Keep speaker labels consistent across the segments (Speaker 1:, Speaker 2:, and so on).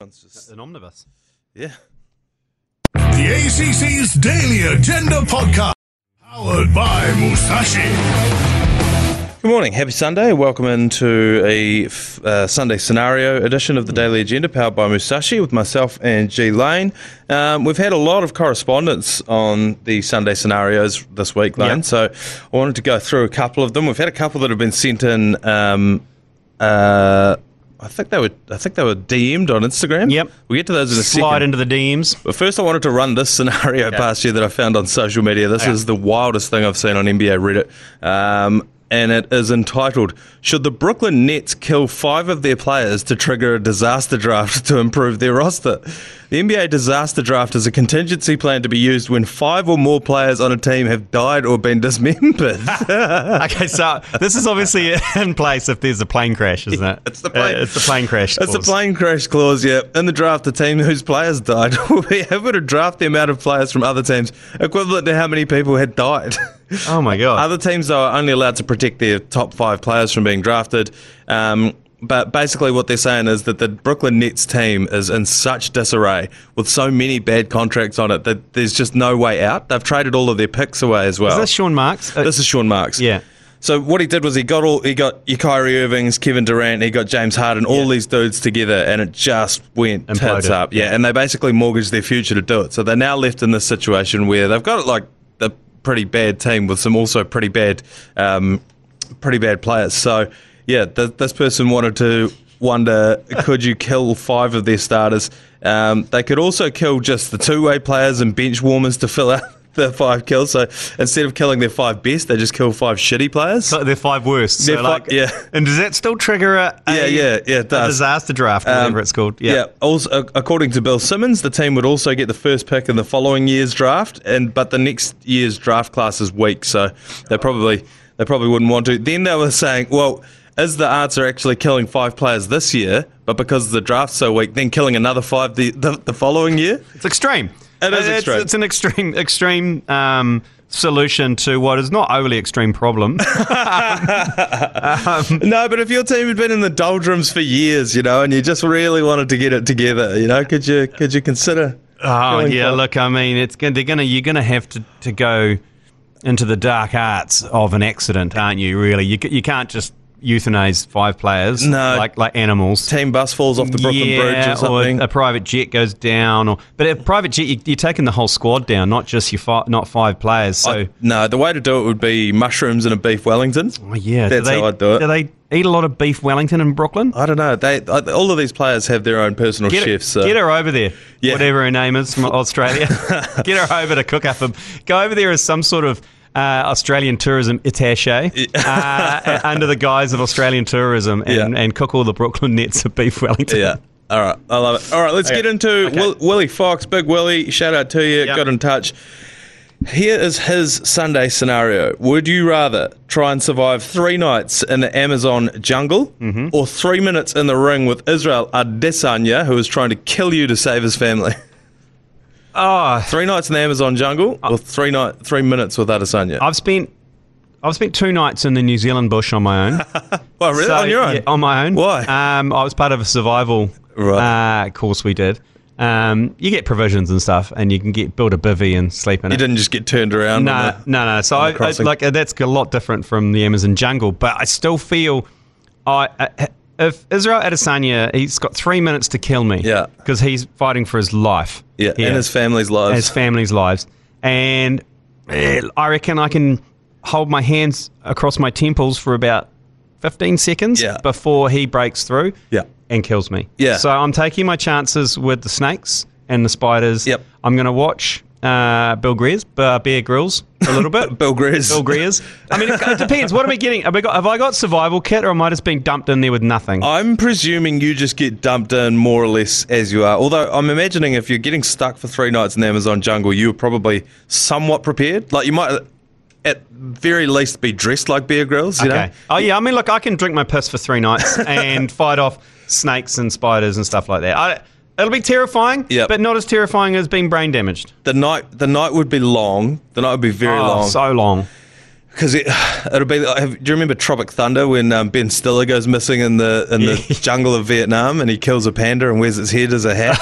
Speaker 1: one's just
Speaker 2: An omnibus.
Speaker 1: yeah.
Speaker 3: The ACC's Daily Agenda Podcast. Powered by Musashi.
Speaker 1: Good morning, happy Sunday. Welcome into a f- uh, Sunday scenario edition of the Daily Agenda, powered by Musashi, with myself and G Lane. Um, we've had a lot of correspondence on the Sunday scenarios this week, Lane. So I wanted to go through a couple of them. We've had a couple that have been sent in. Um, uh, I think they were. I think they were DM'd on Instagram.
Speaker 2: Yep.
Speaker 1: We'll get to those in a
Speaker 2: Slide
Speaker 1: second.
Speaker 2: into the DMs.
Speaker 1: But first, I wanted to run this scenario past you that I found on social media. This is the wildest thing I've seen on NBA Reddit. Um, and it is entitled Should the Brooklyn Nets kill five of their players to trigger a disaster draft to improve their roster? The NBA disaster draft is a contingency plan to be used when five or more players on a team have died or been dismembered.
Speaker 2: Okay, so this is obviously in place if there's a plane crash, isn't it?
Speaker 1: it's the plane-
Speaker 2: Uh, it's the plane crash.
Speaker 1: It's a
Speaker 2: clause.
Speaker 1: plane crash clause, yeah. In the draft, the team whose players died will be able to draft the amount of players from other teams equivalent to how many people had died.
Speaker 2: Oh my god.
Speaker 1: Other teams though are only allowed to protect their top five players from being drafted. Um, but basically, what they're saying is that the Brooklyn Nets team is in such disarray with so many bad contracts on it that there's just no way out. They've traded all of their picks away as well.
Speaker 2: Is this Sean Marks? Uh,
Speaker 1: This is Sean Marks.
Speaker 2: Yeah.
Speaker 1: So what he did was he got all he got your Kyrie Irvings, Kevin Durant, he got James Harden, all these dudes together, and it just went
Speaker 2: Imploded.
Speaker 1: tits up. Yeah, and they basically mortgaged their future to do it. So they're now left in this situation where they've got like a pretty bad team with some also pretty bad, um, pretty bad players. So yeah, th- this person wanted to wonder could you kill five of their starters? Um, they could also kill just the two-way players and bench warmers to fill out. The five kills. So instead of killing their five best, they just kill five shitty players.
Speaker 2: so they're five worst. So
Speaker 1: They're fi-
Speaker 2: like,
Speaker 1: yeah.
Speaker 2: And does that still trigger a, a-
Speaker 1: Yeah, yeah, yeah, it
Speaker 2: a
Speaker 1: does.
Speaker 2: disaster draft, or whatever it's called?
Speaker 1: Um, Yeah. Also, ac- according to Bill Simmons, the team would also get the first pick in the following year's draft, and but the next year's draft class is weak, so they probably they probably wouldn't want to. Then they were saying, well, is the Arts are actually killing five players this year, but because the draft's so weak, then killing another five the the, the following year?
Speaker 2: It's extreme.
Speaker 1: It is
Speaker 2: it's,
Speaker 1: extreme.
Speaker 2: It's an extreme, extreme um, solution to what is not overly extreme problem.
Speaker 1: No, but if your team had been in the doldrums for years, you know, and you just really wanted to get it together, you know, could you could you consider?
Speaker 2: Oh
Speaker 1: Going
Speaker 2: yeah,
Speaker 1: for-
Speaker 2: look, I mean, it's gonna, they're gonna you're gonna have to, to go into the dark arts of an accident, aren't you? Really, you ca- you can't just euthanize five players,
Speaker 1: No.
Speaker 2: like like animals.
Speaker 1: Team bus falls off the Brooklyn
Speaker 2: yeah,
Speaker 1: Bridge or something.
Speaker 2: a private jet goes down, or but a private jet you, you're taking the whole squad down, not just your fi- not five players. So
Speaker 1: I- no, the way to do it would be mushrooms and a beef Wellington.
Speaker 2: oh, yeah,
Speaker 1: that's
Speaker 2: do they,
Speaker 1: how I'd do it.
Speaker 2: Do they eat a lot of beef Wellington in Brooklyn?
Speaker 1: I don't know. They uh, all of these players have their own personal
Speaker 2: Get,
Speaker 1: chefs.
Speaker 2: her,
Speaker 1: so-
Speaker 2: get her over there,
Speaker 1: uh, Yeah.
Speaker 2: whatever her name is from Australia. get her over to cook up. A, go over there as some sort of uh, Australian tourism attaché uh, a- under the guise of Australian tourism and,
Speaker 1: Yeah.
Speaker 2: and cook all the Brooklyn Nets of beef Wellington.
Speaker 1: Yeah. All right. I love it. All right. Let's get into Will, Willie Fox. Big Willie. Shout out to you.
Speaker 2: Yeah.
Speaker 1: Got in touch. Here is his Sunday scenario. Would you rather try and survive three nights in the Amazon jungle
Speaker 2: Mm-hmm.
Speaker 1: or three minutes in the ring with Israel Adesanya, who is trying to kill you to save his family?
Speaker 2: Oh,
Speaker 1: Three nights in the Amazon jungle
Speaker 2: Ah.
Speaker 1: or three night, three minutes with Adesanya?
Speaker 2: I've spent I've spent two nights in the New Zealand bush on my own.
Speaker 1: oh, really?
Speaker 2: So,
Speaker 1: on your own?
Speaker 2: yeah, on my own.
Speaker 1: Why?
Speaker 2: Um, I was part of a survival
Speaker 1: Right.
Speaker 2: uh, course we did. Um, you get provisions and stuff, and you can get build a bivvy and sleep in
Speaker 1: You
Speaker 2: it.
Speaker 1: didn't just get turned around. on
Speaker 2: No,
Speaker 1: the-
Speaker 2: no, no. So
Speaker 1: the
Speaker 2: I, I
Speaker 1: crossing.
Speaker 2: like uh, that's a lot different from the Amazon jungle, but I still feel I. Uh, if Israel Adesanya, he's got three minutes to kill me.
Speaker 1: Yeah.
Speaker 2: Because he's fighting for his life.
Speaker 1: Yeah,
Speaker 2: here,
Speaker 1: and his family's
Speaker 2: and
Speaker 1: lives.
Speaker 2: his family's lives. And eh, I reckon I can hold my hands across my temples for about 15 seconds
Speaker 1: Yeah.
Speaker 2: before he breaks through
Speaker 1: Yeah.
Speaker 2: and kills me.
Speaker 1: Yeah.
Speaker 2: So I'm taking my chances with the snakes and the spiders.
Speaker 1: Yep.
Speaker 2: I'm going to watch uh, Bill Greer's, uh, Bear Grylls a little bit.
Speaker 1: Bill Greer's.
Speaker 2: Bill Greer's. I mean, it, it depends. What am I getting? Have I, got, have I got survival kit or am I just being dumped in there with nothing?
Speaker 1: I'm presuming you just get dumped in more or less as you are. Although I'm imagining if you're getting stuck for three nights in the Amazon jungle, you're probably somewhat prepared. Like you might, at very least, be dressed like Bear Grylls. You
Speaker 2: Okay.
Speaker 1: know.
Speaker 2: Oh yeah, I mean, look, I can drink my piss for three nights and fight off snakes and spiders and stuff like that. I, it'll be terrifying,
Speaker 1: Yep.
Speaker 2: but not as terrifying as being brain damaged.
Speaker 1: The night, the night would be long. The night would be very
Speaker 2: Oh,
Speaker 1: long.
Speaker 2: so long.
Speaker 1: because it, it'll be. like- Have, do you remember Tropic Thunder when um, Ben Stiller goes missing in the in the jungle of Vietnam and he kills a panda and wears its head as a hat?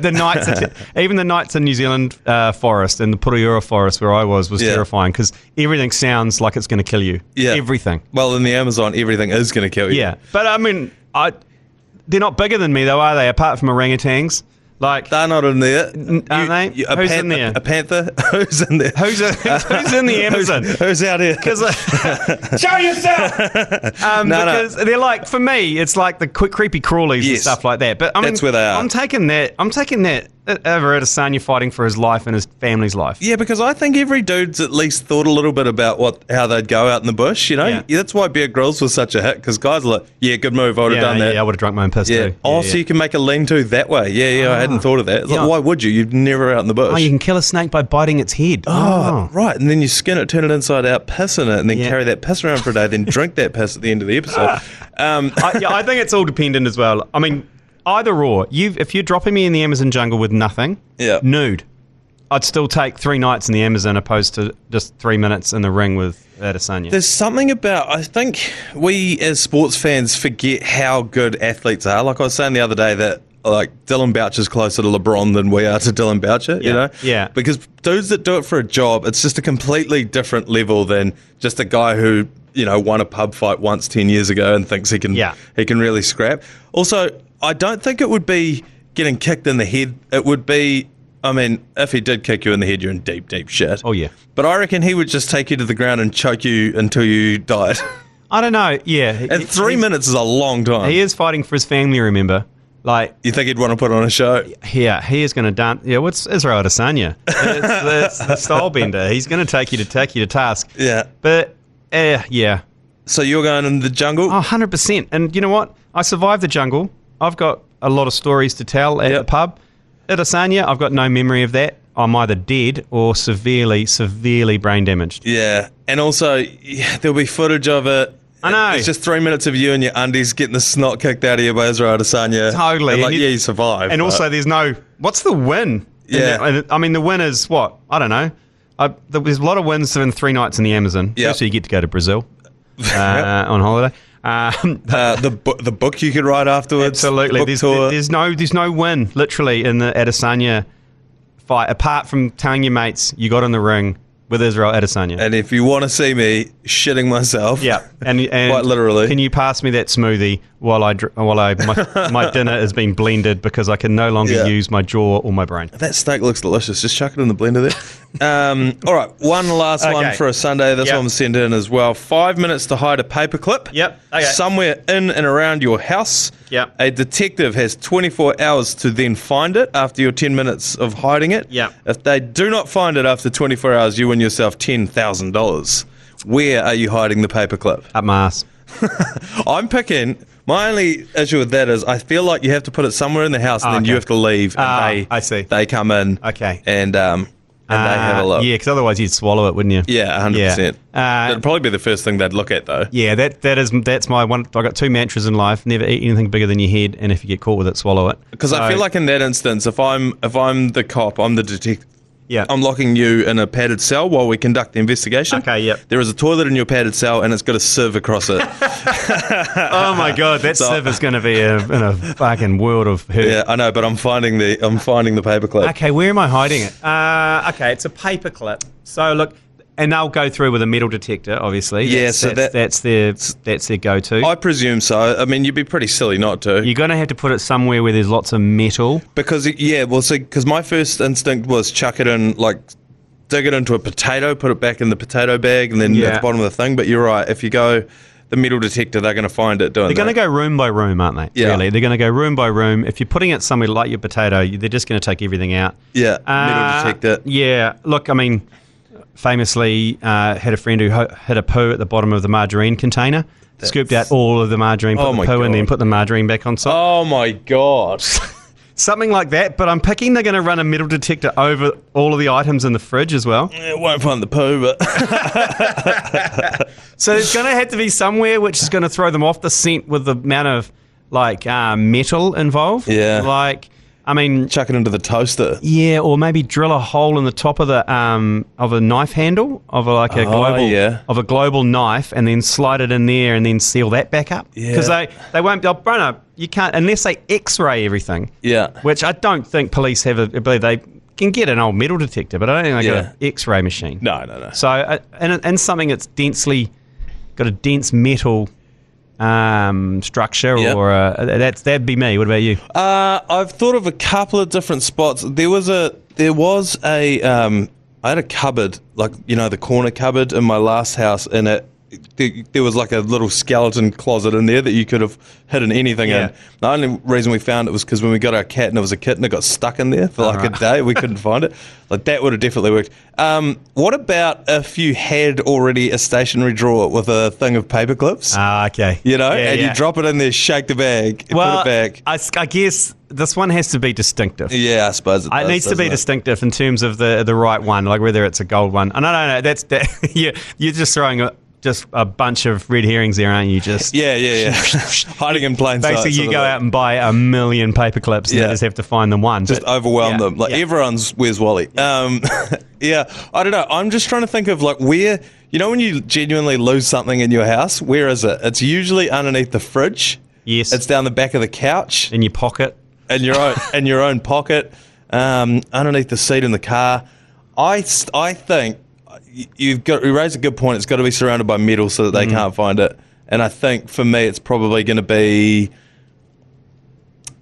Speaker 2: the nights, even the nights in New Zealand uh, forest and the Purayura forest where I was was
Speaker 1: Yeah.
Speaker 2: terrifying because everything sounds like it's going to kill you.
Speaker 1: Yeah.
Speaker 2: everything.
Speaker 1: well, in the Amazon, everything is going to kill you.
Speaker 2: Yeah, but I mean, I they're not bigger than me though, are they? Apart from orangutans, like
Speaker 1: they're not in there.
Speaker 2: aren't they?
Speaker 1: a
Speaker 2: Who's in
Speaker 1: pan-
Speaker 2: there?
Speaker 1: A panther? Who's in there?
Speaker 2: who's, who's in the Amazon?
Speaker 1: Who's out here?
Speaker 2: Show yourself. Um,
Speaker 1: No, no.
Speaker 2: because they're like for me, it's like the quick creepy crawlies and
Speaker 1: Yes.
Speaker 2: stuff like that. But I mean,
Speaker 1: That's where they are.
Speaker 2: I'm taking that. I'm taking that over at Asanya fighting for his life and his family's life.
Speaker 1: Yeah, because I think every dude's at least thought a little bit about what how they'd go out in the bush. You know,
Speaker 2: Yeah.
Speaker 1: that's why Bear Grylls was such a hit because guys are like, yeah, good move. I would have
Speaker 2: yeah,
Speaker 1: done that.
Speaker 2: yeah, I would have drunk my own piss
Speaker 1: Yeah.
Speaker 2: too.
Speaker 1: Oh,
Speaker 2: Yeah,
Speaker 1: so
Speaker 2: yeah. Ah.
Speaker 1: you can make a lean-to that way. Yeah, yeah. I hadn't thought of that. It's
Speaker 2: Yeah.
Speaker 1: like, why would you? You're never out in the bush.
Speaker 2: Oh, you can kill a snake by biting its head.
Speaker 1: Oh, right. And then you skin it, turn it inside out, piss in it, and then
Speaker 2: Yeah. Ah.
Speaker 1: carry that piss around for a day. Then drink that piss at the end of the episode. Um,
Speaker 2: I, yeah, I think it's all dependent as well. I mean, either or. You, if you're dropping me in the Amazon jungle with nothing,
Speaker 1: Yeah.
Speaker 2: nude, I'd still take three nights in the Amazon opposed to just three minutes in the ring with Adesanya.
Speaker 1: There's something about I think we as sports fans forget how good athletes are. Like I was saying the other day that like Dylan Boucher's closer to LeBron than we are to Dylan Boucher, you
Speaker 2: Yeah,
Speaker 1: know?
Speaker 2: yeah.
Speaker 1: Because dudes that do it for a job, it's just a completely different level than just a guy who, you know, won a pub fight once ten years ago and thinks he can
Speaker 2: Yeah.
Speaker 1: he can really scrap. Also, I don't think it would be getting kicked in the head. It would be I mean, if he did kick you in the head, you're in deep, deep shit.
Speaker 2: Oh, yeah.
Speaker 1: But I reckon he would just take you to the ground and choke you until you died.
Speaker 2: I don't know. Yeah,
Speaker 1: and three minutes is a long time.
Speaker 2: He is fighting for his family. Remember, like
Speaker 1: you think he'd want to put on a show?
Speaker 2: yeah, he is going to dance. Yeah, what's Israel Adesanya? It's, it's the style bender. He's going to take you to take you to task.
Speaker 1: Yeah.
Speaker 2: But uh, yeah,
Speaker 1: So you're going in the jungle?
Speaker 2: Oh, 100%. And you know what? I survived the jungle. I've got a lot of stories to tell at
Speaker 1: Yep.
Speaker 2: the pub. At Asanya, I've got no memory of that. I'm either dead or severely, severely brain damaged.
Speaker 1: Yeah. And also, yeah, there'll be footage of it.
Speaker 2: I know.
Speaker 1: It's just three minutes of you and your undies getting the snot kicked out of you by Israel Adesanya.
Speaker 2: Totally.
Speaker 1: And like,
Speaker 2: And you-
Speaker 1: yeah, you survive.
Speaker 2: And
Speaker 1: but-
Speaker 2: also, there's no. What's the win? in
Speaker 1: Uh, Yeah.
Speaker 2: that- I mean, the win is what? I don't know. I, there- there's a lot of wins in three nights in the Amazon.
Speaker 1: Yep.
Speaker 2: So you get to go to Brazil uh, on holiday. Um,
Speaker 1: Uh, the, bu- the book you could write afterwards.
Speaker 2: Absolutely.
Speaker 1: Book
Speaker 2: There's,
Speaker 1: tour.
Speaker 2: there's no there's no win literally in the Adesanya fight apart from telling your mates you got in the ring with Israel Adesanya.
Speaker 1: and if you want to see me shitting myself,
Speaker 2: yeah, and, and
Speaker 1: Quite literally.
Speaker 2: Can you pass me that smoothie while I dr- while I my, my dinner is being blended because I can no longer
Speaker 1: Yeah.
Speaker 2: use my jaw or my brain.
Speaker 1: That steak looks delicious. Just chuck it in the blender there. Um, all right, one last one
Speaker 2: Okay.
Speaker 1: for a Sunday. This
Speaker 2: Yep.
Speaker 1: one was sent in as well. Five minutes to hide a paperclip.
Speaker 2: Yep, okay.
Speaker 1: Somewhere in and around your house.
Speaker 2: Yep.
Speaker 1: A detective has 24 hours to then find it after your 10 minutes of hiding it.
Speaker 2: Yep.
Speaker 1: If they do not find it after 24 hours, you win yourself $10,000. Where are you hiding the paperclip?
Speaker 2: Up my ass.
Speaker 1: I'm picking. My only issue with that is I feel like you have to put it somewhere in the house, and
Speaker 2: Ah,
Speaker 1: then you
Speaker 2: okay.
Speaker 1: have to leave. And
Speaker 2: Ah,
Speaker 1: they,
Speaker 2: I see.
Speaker 1: They come in.
Speaker 2: Okay.
Speaker 1: And um, and they have a
Speaker 2: Uh,
Speaker 1: look.
Speaker 2: Yeah, because otherwise you'd swallow it, wouldn't you?
Speaker 1: Yeah, hundred percent.
Speaker 2: Yeah. Uh,
Speaker 1: That'd probably be the first thing they'd look at, though.
Speaker 2: Yeah, that that is that's my one. I got two mantras in life: never eat anything bigger than your head, and if you get caught with it, swallow it.
Speaker 1: Because I
Speaker 2: So-
Speaker 1: feel like in that instance, if I'm if I'm the cop, I'm the detective.
Speaker 2: yeah,
Speaker 1: I'm locking you in a padded cell while we conduct the investigation.
Speaker 2: Okay, yep.
Speaker 1: There is a toilet in your padded cell, and it's got a sieve across it.
Speaker 2: Oh my god, that
Speaker 1: So-
Speaker 2: sieve is going to be a, in a fucking world of hurt.
Speaker 1: yeah, I know, but I'm finding the I'm finding the paperclip.
Speaker 2: Okay, where am I hiding it? Uh, okay, it's a paper clip. So look, and they'll go through with a metal detector, obviously.
Speaker 1: Yeah,
Speaker 2: That's-
Speaker 1: so
Speaker 2: that's,
Speaker 1: that-
Speaker 2: that's their that's their go-to.
Speaker 1: I presume so. I mean, you'd be pretty silly not to.
Speaker 2: You're going to have to put it somewhere where there's lots of metal.
Speaker 1: Because it- yeah, well, see, because my first instinct was chuck it in, like dig it into a potato, put it back in the potato bag, and then at
Speaker 2: Yeah.
Speaker 1: the bottom of the thing. But you're right. If you go the metal detector, they're going to find it doing.
Speaker 2: They're going to
Speaker 1: that.
Speaker 2: go room by room, aren't they?
Speaker 1: Yeah.
Speaker 2: Really, they're going to go room by room. If you're putting it somewhere like your potato, you- they're just going to take everything out.
Speaker 1: Yeah,
Speaker 2: Uh,
Speaker 1: metal detector.
Speaker 2: Yeah, look, I mean, famously uh, had a friend who ho- had a poo at the bottom of the margarine container, scooped out all of the margarine, put
Speaker 1: Oh
Speaker 2: the
Speaker 1: my
Speaker 2: poo in,
Speaker 1: God.
Speaker 2: then put the margarine back on top.
Speaker 1: Oh my god!
Speaker 2: Something like that, but I'm picking they're going to run a metal detector over all of the items in the fridge as well.
Speaker 1: it won't find the poo, but
Speaker 2: So it's going to have to be somewhere which is going to throw them off the scent with the amount of like uh, metal involved.
Speaker 1: Yeah.
Speaker 2: Like I mean,
Speaker 1: Chuck it into the toaster.
Speaker 2: yeah, or maybe drill a hole in the top of the um, of a knife handle of a, like a
Speaker 1: Oh,
Speaker 2: global
Speaker 1: yeah.
Speaker 2: of a global knife, and then slide it in there, and then seal that back up
Speaker 1: Yeah.
Speaker 2: because they they won't. They'll, oh, no, you can't unless they X-ray everything.
Speaker 1: Yeah.
Speaker 2: which I don't think police have. A, but they can get an old metal detector, but I don't think they
Speaker 1: Yeah.
Speaker 2: got an X-ray machine.
Speaker 1: No, no, no.
Speaker 2: So uh, and and something that's densely got a dense metal um, structure
Speaker 1: Yeah.
Speaker 2: or a, that's that'd be me. What about you?
Speaker 1: Uh, I've thought of a couple of different spots. There was a there was a um, I had a cupboard like you know the corner cupboard in my last house, and it there, there was like a little skeleton closet in there that you could have hidden anything
Speaker 2: Yeah.
Speaker 1: in. The only reason we found it was because when we got our cat and it was a kitten, it got stuck in there for like
Speaker 2: Uh-huh.
Speaker 1: a day. We couldn't find it. Like that would have definitely worked. Um, what about if you had already a stationary drawer with a thing of paper clips?
Speaker 2: Ah, okay.
Speaker 1: you know,
Speaker 2: Yeah,
Speaker 1: and
Speaker 2: yeah.
Speaker 1: you drop it in there, shake the bag,
Speaker 2: well,
Speaker 1: put it back.
Speaker 2: I, s- I guess this one has to be distinctive.
Speaker 1: Yeah, I suppose it,
Speaker 2: It
Speaker 1: does,
Speaker 2: needs to be
Speaker 1: doesn't
Speaker 2: distinctive in terms of the the right one, like whether it's a gold one. Oh, no, no, no. That's that. you, you're just throwing a, just a bunch of red herrings there, aren't you? Just
Speaker 1: Yeah, yeah, yeah. Hiding in plain sight.
Speaker 2: basically,
Speaker 1: sort
Speaker 2: you
Speaker 1: of
Speaker 2: go
Speaker 1: thing.
Speaker 2: out and buy a million paper clips, and
Speaker 1: Yeah.
Speaker 2: you just have to find the one.
Speaker 1: just
Speaker 2: But-
Speaker 1: overwhelm
Speaker 2: yeah,
Speaker 1: them. Like
Speaker 2: yeah.
Speaker 1: everyone's where's Wally? Um, yeah, I don't know. I'm just trying to think of like where you know when you genuinely lose something in your house. Where is it? It's usually underneath the fridge.
Speaker 2: Yes.
Speaker 1: it's down the back of the couch
Speaker 2: in your pocket.
Speaker 1: in your own in your own pocket, um, underneath the seat in the car. I s- I think y- you've got you raised a good point. It's got to be surrounded by metal so that
Speaker 2: Mm.
Speaker 1: they can't find it. And I think for me, it's probably going to be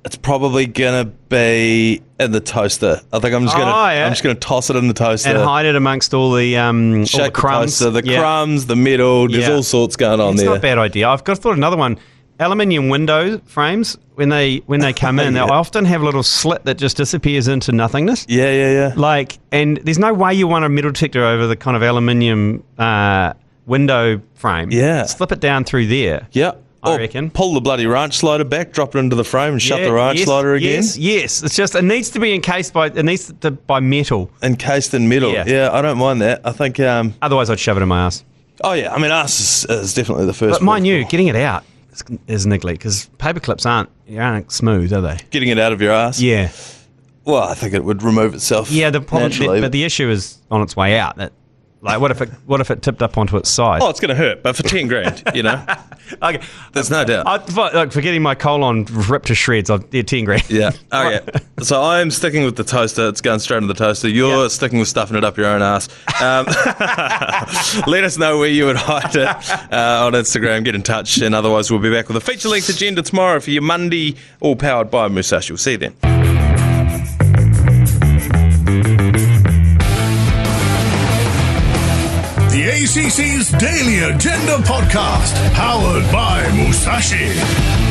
Speaker 1: it's probably going to be in the toaster. I think I'm just going to
Speaker 2: Oh, yeah.
Speaker 1: I'm just going to toss it in the toaster.
Speaker 2: and hide it amongst all the um, all the
Speaker 1: Shake the
Speaker 2: crumbs.
Speaker 1: toaster, the
Speaker 2: Yeah.
Speaker 1: crumbs, the metal. There's
Speaker 2: Yeah.
Speaker 1: all sorts going on
Speaker 2: It's
Speaker 1: there.
Speaker 2: not a bad idea. I've got thought another one. Aluminium window frames when they when they come in, they often have a little slit that just disappears into nothingness.
Speaker 1: Yeah, yeah, yeah.
Speaker 2: Like, and there's no way you want a metal detector over the kind of aluminium uh, window frame.
Speaker 1: Yeah.
Speaker 2: slip it down through there.
Speaker 1: yeah.
Speaker 2: I
Speaker 1: Or
Speaker 2: reckon.
Speaker 1: Pull the bloody ranch slider back, drop it into the frame, and shut
Speaker 2: Yeah,
Speaker 1: the ranch
Speaker 2: yes,
Speaker 1: slider again.
Speaker 2: Yes, yes. It's just it needs to be encased by it needs to by metal.
Speaker 1: encased in metal.
Speaker 2: Yeah.
Speaker 1: Yeah. I don't mind that. I think. Um,
Speaker 2: Otherwise, I'd shove it in my ass.
Speaker 1: oh yeah, I mean, us is, is definitely the first.
Speaker 2: But mind
Speaker 1: one.
Speaker 2: you, getting it out is, is niggly because paper clips aren't aren't smooth, are they?
Speaker 1: getting it out of your ass.
Speaker 2: Yeah,
Speaker 1: Well, I think it would remove itself.
Speaker 2: yeah. The problem,
Speaker 1: naturally.
Speaker 2: but the issue is on its way out. That like, what if it what if it tipped up onto its side?
Speaker 1: oh, it's going to hurt, but for ten grand, you know,
Speaker 2: okay.
Speaker 1: there's no doubt.
Speaker 2: I, for- like for getting my colon ripped to shreds, I'd yeah, ten grand.
Speaker 1: yeah. Okay. so I'm sticking with the toaster. It's going straight into the toaster. You're
Speaker 2: Yeah.
Speaker 1: sticking with stuffing it up your own ass. Um, let us know where you would hide it uh, on Instagram. Get in touch, and otherwise we'll be back with a feature length agenda tomorrow for your Monday, all powered by Musashi. We'll see you then.
Speaker 3: The ACC's Daily Agenda Podcast, powered by Musashi.